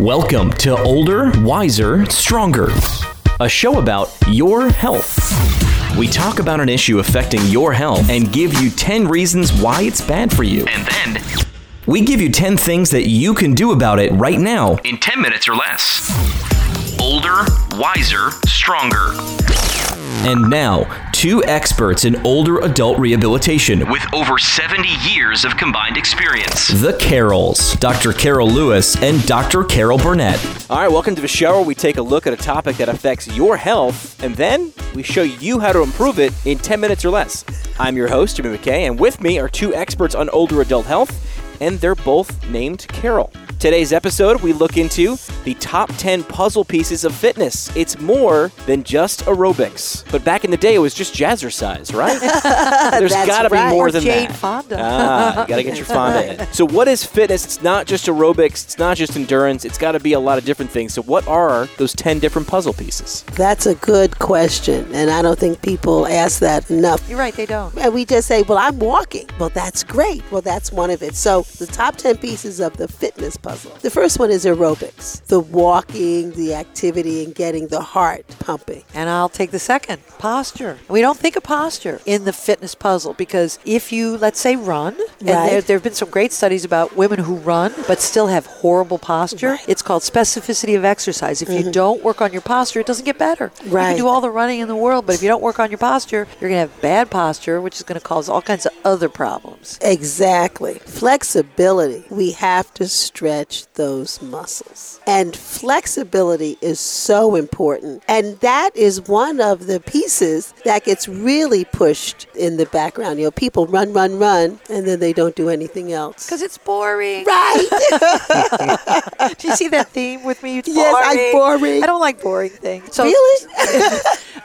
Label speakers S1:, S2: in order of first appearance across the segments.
S1: Welcome to Older, Wiser, Stronger, a show about your health. We talk about an issue affecting your health and give you 10 reasons why it's bad for you. And then we give you 10 things that you can do about it right now in 10 minutes or less. Older, wiser, stronger. And now, two experts in older adult rehabilitation with over 70 years of combined experience. The Carrolls, Dr. Carol Lewis and Dr. Carol Burnett.
S2: All right, welcome to the show where we take a look at a topic that affects your health, and then we show you how to improve it in 10 minutes or less. I'm your host, Jimmy McKay, and with me are two experts on older adult health, and they're both named Carol. Today's episode, we look into the top 10 puzzle pieces of fitness. It's more than just aerobics. But back in the day, it was just jazzercise, right? There's
S3: That's
S2: got to
S3: right.
S2: be more
S3: Or
S2: than
S3: Jane
S2: that.
S3: Fonda.
S2: Ah, you got to get your Fonda in. So, what is fitness? It's not just aerobics, it's not just endurance, it's got to be a lot of different things. So, what are those 10 different puzzle pieces?
S4: That's a good question, and I don't think people ask that enough.
S3: You're right, they don't.
S4: And we just say, well, I'm walking. Well, that's great. Well, that's one of it. So, the top 10 pieces of the fitness puzzle. The first one is aerobics the walking, the activity, and getting the heart pumping.
S3: And I'll take the second posture. We don't think of posture in the fitness puzzle because if you, let's say, run, and
S4: Right.
S3: there, there have been some great studies about women who run but still have horrible posture. It's called specificity of exercise. If you don't work on your posture, it doesn't get better. You
S4: Mm-hmm. Right.
S3: can do all the running in the world, but if you don't work on your posture, you're going to have bad posture, which is going to cause all kinds of other problems.
S4: Exactly. Flexibility. We have to stretch those muscles. And flexibility is so important. And that is one of the pieces that gets really pushed in the background. You know, people run, run, run, and then they don't do anything else.
S3: Because it's boring.
S4: Right.
S3: Do you see that theme with me? It's
S4: Yes, I'm boring.
S3: I don't like boring things. So,
S4: really?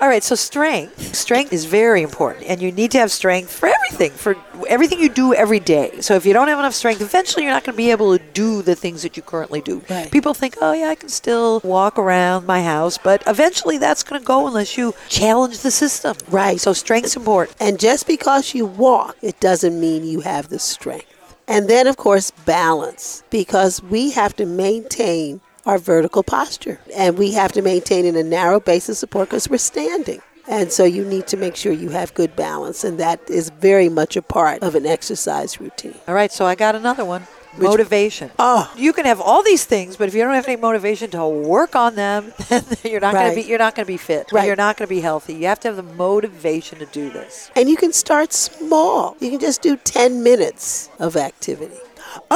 S3: All right, so strength. Strength is very important, and you need to have strength for everything, for everything you do every day. So if you don't have enough strength, eventually you're not going to be able to do the things that you currently do.
S4: Right.
S3: People think, oh, yeah, I can still walk around my house, but eventually that's going to go unless you challenge the system.
S4: Right.
S3: So strength's important.
S4: And just because you walk, it doesn't mean you have the strength. And then, of course, balance, because we have to maintain our vertical posture and we have to maintain in a narrow base of support because we're standing. And so you need to make sure you have good balance, and that is very much a part of an exercise routine.
S3: All right, so I got another one. motivation.
S4: Oh.
S3: you can have all these things, but if you don't have any motivation to work on them, then you're not going
S4: Right.
S3: to be you're not going to be fit.
S4: Right.
S3: You're not going to be healthy. You have to have the motivation to do this.
S4: And you can start small. You can just do 10 minutes of activity.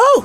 S4: Oh,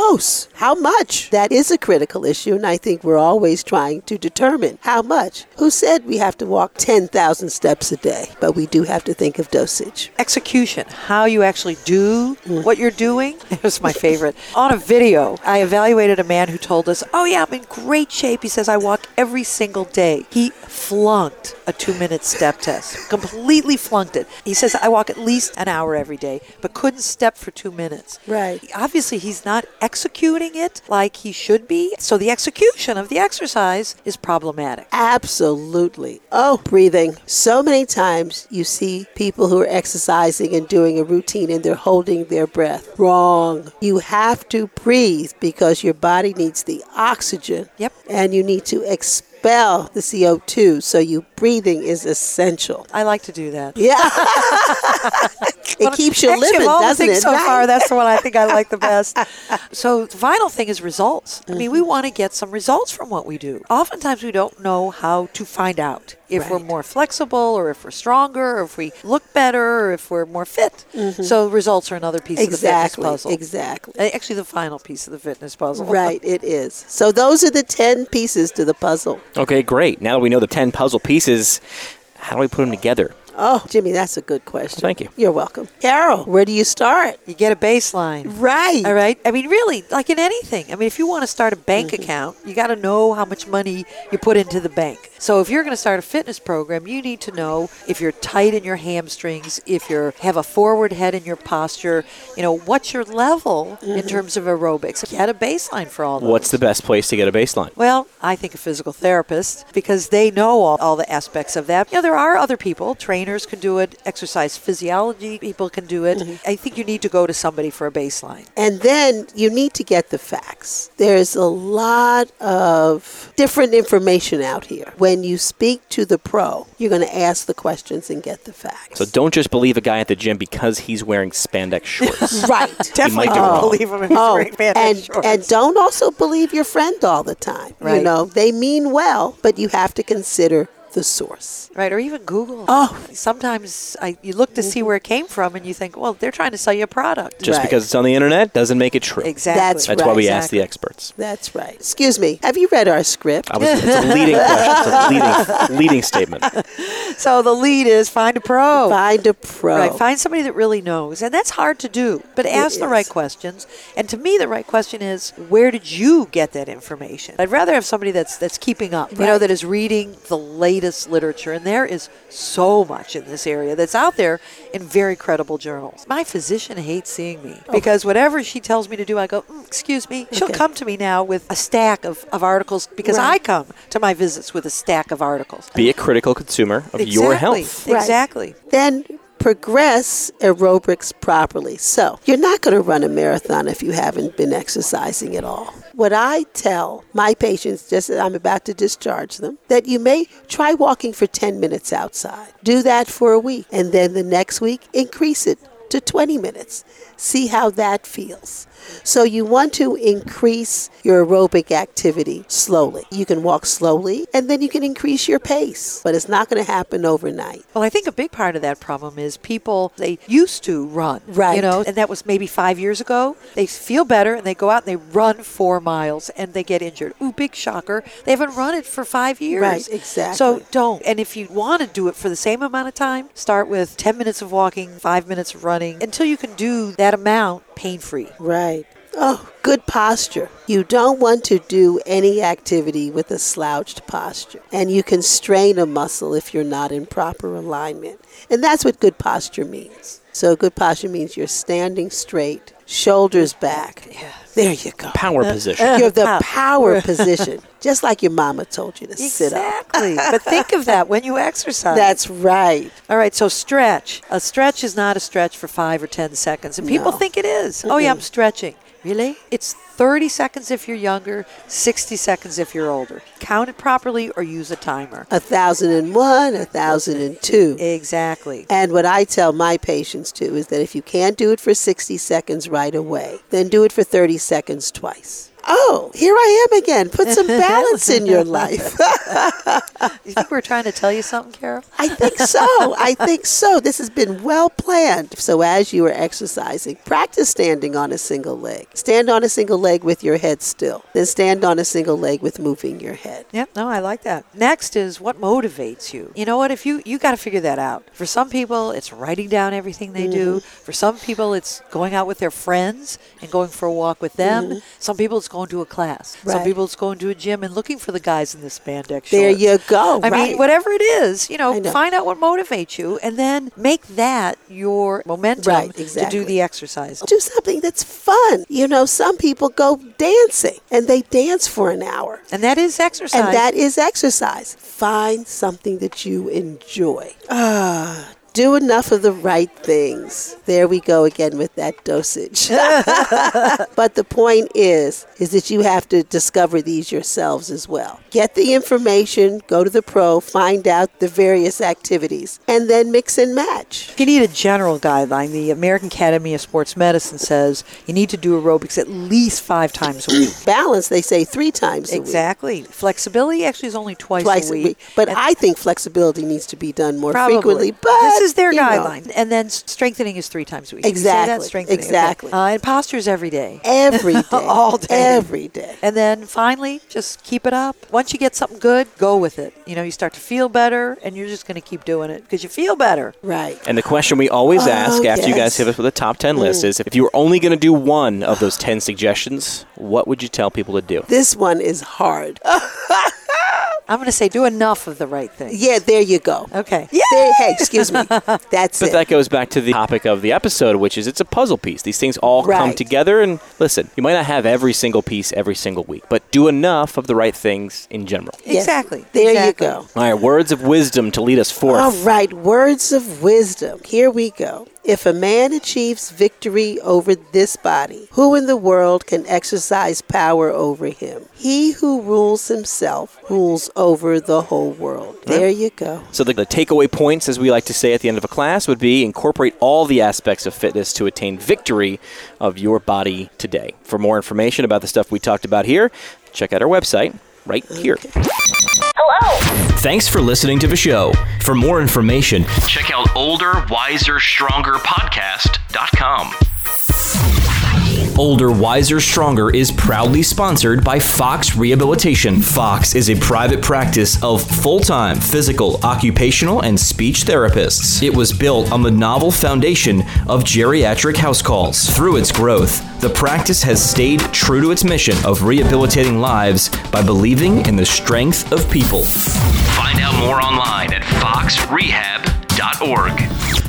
S4: dose. How much? That is a critical issue, and I think we're always trying to determine how much. Who said we have to walk 10,000 steps a day? But we do have to think of dosage.
S3: execution, how you actually do what you're doing. Mm. It was my favorite. On a video, I evaluated a man who told us, Oh, yeah, I'm in great shape. He says, I walk every single day. He flunked a two minute step test, completely flunked it. He says, I walk at least an hour every day, but couldn't step for two minutes.
S4: Right.
S3: Obviously, he's not executing it like he should be. So the execution of the exercise is problematic.
S4: Absolutely. Oh, breathing. So many times you see people who are exercising and doing a routine and they're holding their breath. Wrong. You have to breathe because your body needs the oxygen.
S3: Yep.
S4: And you need to expel the CO2. So you breathing is essential.
S3: I like to do that.
S4: Yeah. it
S3: Well,
S4: keeps you
S3: actually,
S4: living,
S3: of all the
S4: doesn't
S3: things
S4: it?
S3: So
S4: Right.
S3: far, that's the one I think I like the best. so the final thing is results. I mean, we
S4: Mm-hmm.
S3: want to get some results from what we do. Oftentimes, we don't know how to find out if we're
S4: Right.
S3: more flexible, or if we're stronger, or if we look better, or if we're more fit. So results are another piece
S4: Mm-hmm. exactly.
S3: of the fitness puzzle.
S4: Exactly.
S3: Uh, Actually, the final piece of the fitness puzzle.
S4: Right, it is. So those are the 10 pieces to the puzzle.
S2: Okay, great. Now that we know the 10 puzzle pieces, how do we put them together?
S4: Oh, Jimmy, that's a good question.
S2: Thank you.
S4: You're welcome. Carol, where do you start?
S3: You get a baseline.
S4: Right.
S3: All right. I mean, really, like in anything. I mean, if you want to start a bank
S2: Mm-hmm.
S3: account, you got to know how much money you put into the bank. So if you're going to start a fitness program, you need to know if you're tight in your hamstrings, if you have a forward head in your posture. You know, what's your level in terms of aerobics? Get a baseline for all those.
S2: Mm-hmm. What's the best place to get a baseline?
S3: Well, I think a physical therapist because they know all, all the aspects of that. You know, there are other people, trainers can do it, exercise physiology people can do
S2: Mm-hmm.
S3: it. I think you need to go to somebody for a baseline.
S4: And then you need to get the facts. There's a lot of different information out here. When you speak to the pro, you're going to ask the questions and get the facts.
S2: So don't just believe a guy at the gym because he's wearing spandex shorts.
S4: right.
S2: Definitely might do don't it all. believe
S3: him if
S4: Oh, and and don't also believe your friend all the time. You
S3: Right.
S4: know, they mean well, but you have to consider the source.
S3: right, or even Google.
S4: Oh. Mm-hmm.
S3: sometimes I, you look to see where it came from, and you think, well, they're trying to sell you a product.
S2: just
S4: Right.
S2: because it's on the internet doesn't make it true.
S3: exactly.
S4: That's
S2: That's why
S4: right.
S2: we ask the experts.
S4: That's right. Excuse me. Have you read our script?
S2: I was, it's a leading question. It's a leading, leading statement.
S3: So the lead is find a pro.
S4: Find a pro.
S3: Right, find somebody that really knows. And that's hard to do, but ask the
S4: is.
S3: right questions. And to me, the right question is, where did you get that information? I'd rather have somebody that's that's keeping up, you know,
S4: Right.
S3: that is reading the latest literature. And there is so much in this area that's out there in very credible journals. My physician hates seeing me because whatever she tells me to do, I go, "Mm, excuse me. She'll
S4: Oh. Okay.
S3: come to me now with a stack of, of articles because
S4: Right.
S3: I come to my visits with a stack of articles.
S2: Be a critical consumer of
S3: exactly.
S2: your health.
S4: Right.
S3: Exactly.
S4: then progress aerobics properly. So, you're not going to run a marathon if you haven't been exercising at all. What I tell my patients, just as I'm about to discharge them, that you may try walking for 10 minutes outside. Do that for a week, and then the next week, increase it to 20 minutes. See how that feels. So, you want to increase your aerobic activity slowly. You can walk slowly, and then you can increase your pace, but it's not going to happen overnight.
S3: Well, I think a big part of that problem is people they used to run,
S4: Right.
S3: You know, and that was maybe five years ago. They feel better and they go out and they run four miles and they get injured. Ooh, big shocker! They haven't run it for five years,
S4: Right, exactly.
S3: So don't. And if you want to do it for the same amount of time, start with ten minutes of walking, five minutes of running, until you can do that amount pain free.
S4: Right. Oh, good posture. You don't want to do any activity with a slouched posture. And you can strain a muscle if you're not in proper alignment. And that's what good posture means. So, good posture means you're standing straight, shoulders back. There you go.
S2: Power position.
S4: You're the
S3: Power.
S4: power position, just like your mama told you to sit up.
S3: Exactly. but think of that when you exercise.
S4: That's right.
S3: All right, so stretch. A stretch is not a stretch for five or 10 seconds. And people
S4: No.
S3: think it is. Oh, yeah, I'm stretching. Really? It's 30 seconds if you're younger, 60 seconds if you're older. Count it properly or use a timer.
S4: A thousand and one, a thousand and two.
S3: Exactly.
S4: And what I tell my patients too is that if you can't do it for 60 seconds right away, then do it for 30 seconds twice. Oh, here I am again. Put some balance in your life.
S3: You think we're trying to tell you something, Carol?
S4: I think so. I think so. This has been well planned. So, as you are exercising, practice standing on a single leg. Stand on a single leg with your head still, then stand on a single leg with moving your head.
S3: Yeah, no, I like that. Next is what motivates you. You know what? If you you got to figure that out. For some people, it's writing down everything they do.
S4: Mm-hmm.
S3: For some people, it's going out with their friends and going for a walk with them. Some people, it's going to a class. Some
S4: Mm-hmm. Right.
S3: people, it's going to a gym and looking for the guys in the spandex.
S4: There
S3: shorts.
S4: you go,
S3: I mean,
S4: right.
S3: whatever it is, you know,
S4: I know.
S3: find out what motivates you, and then make that your momentum
S4: Right,
S3: to do
S4: exactly.
S3: the exercise.
S4: do something that's fun. You know, some people go dancing and they dance for an hour.
S3: And that is exercise.
S4: And that is exercise. Find something that you enjoy. Ah, do enough of the right things. There we go again with that dosage. but the point is is that you have to discover these yourselves as well. Get the information, go to the pro, find out the various activities, and then mix and match.
S3: You need a general guideline. The American Academy of Sports Medicine says you need to do aerobics at least five times a week.
S4: Balance, they say 3 times a week.
S3: exactly. Flexibility actually is only twice,
S4: Twice a week. But
S3: And
S4: I think flexibility needs to be done more
S3: probably-
S4: frequently. But
S3: this is their
S4: you know.
S3: guideline. And then s- strengthening is three times a week. Did you say that?
S4: Exactly.
S3: Strengthening. okay.
S4: Exactly.
S3: Uh, and postures every day.
S4: every day,
S3: All day.
S4: every day.
S3: And then finally, just keep it up. Once you get something good, go with it. You know, you start to feel better, and you're just going to keep doing it because you feel better.
S4: Right.
S2: And the question we always ask after you guys
S4: Oh, yes. Mm.
S2: hit us with a top 10 list is if you were only going to do one of those 10 suggestions, what would you tell people to do?
S4: This one is hard.
S3: I'm going to say do enough of the right thing.
S4: Yeah, there you go.
S3: Okay.
S4: There, hey, excuse me. That's
S2: But
S4: it.
S2: that goes back to the topic of the episode, which is it's a puzzle piece. These things all come
S4: Right.
S2: together. And listen, you might not have every single piece every single week, but do enough of the right things in general.
S4: Yes.
S3: Exactly.
S4: There
S3: Exactly.
S4: you go.
S2: All right, words of wisdom to lead us forth.
S4: All right, words of wisdom. Here we go. If a man achieves victory over this body, who in the world can exercise power over him? He who rules himself rules over the whole world. There you go.
S2: So the, the takeaway points, as we like to say at the end of a class, would be incorporate all the aspects of fitness to attain victory of your body today. For more information about the stuff we talked about here, check out our website right here.
S1: Thanks for listening to the show. For more information, check out olderwisersstrongerpodcast.com. Older, Wiser, Stronger is proudly sponsored by Fox Rehabilitation. Fox is a private practice of full time physical, occupational, and speech therapists. It was built on the novel foundation of geriatric house calls. Through its growth, the practice has stayed true to its mission of rehabilitating lives by believing in the strength of people. Find out more online at foxrehab.org.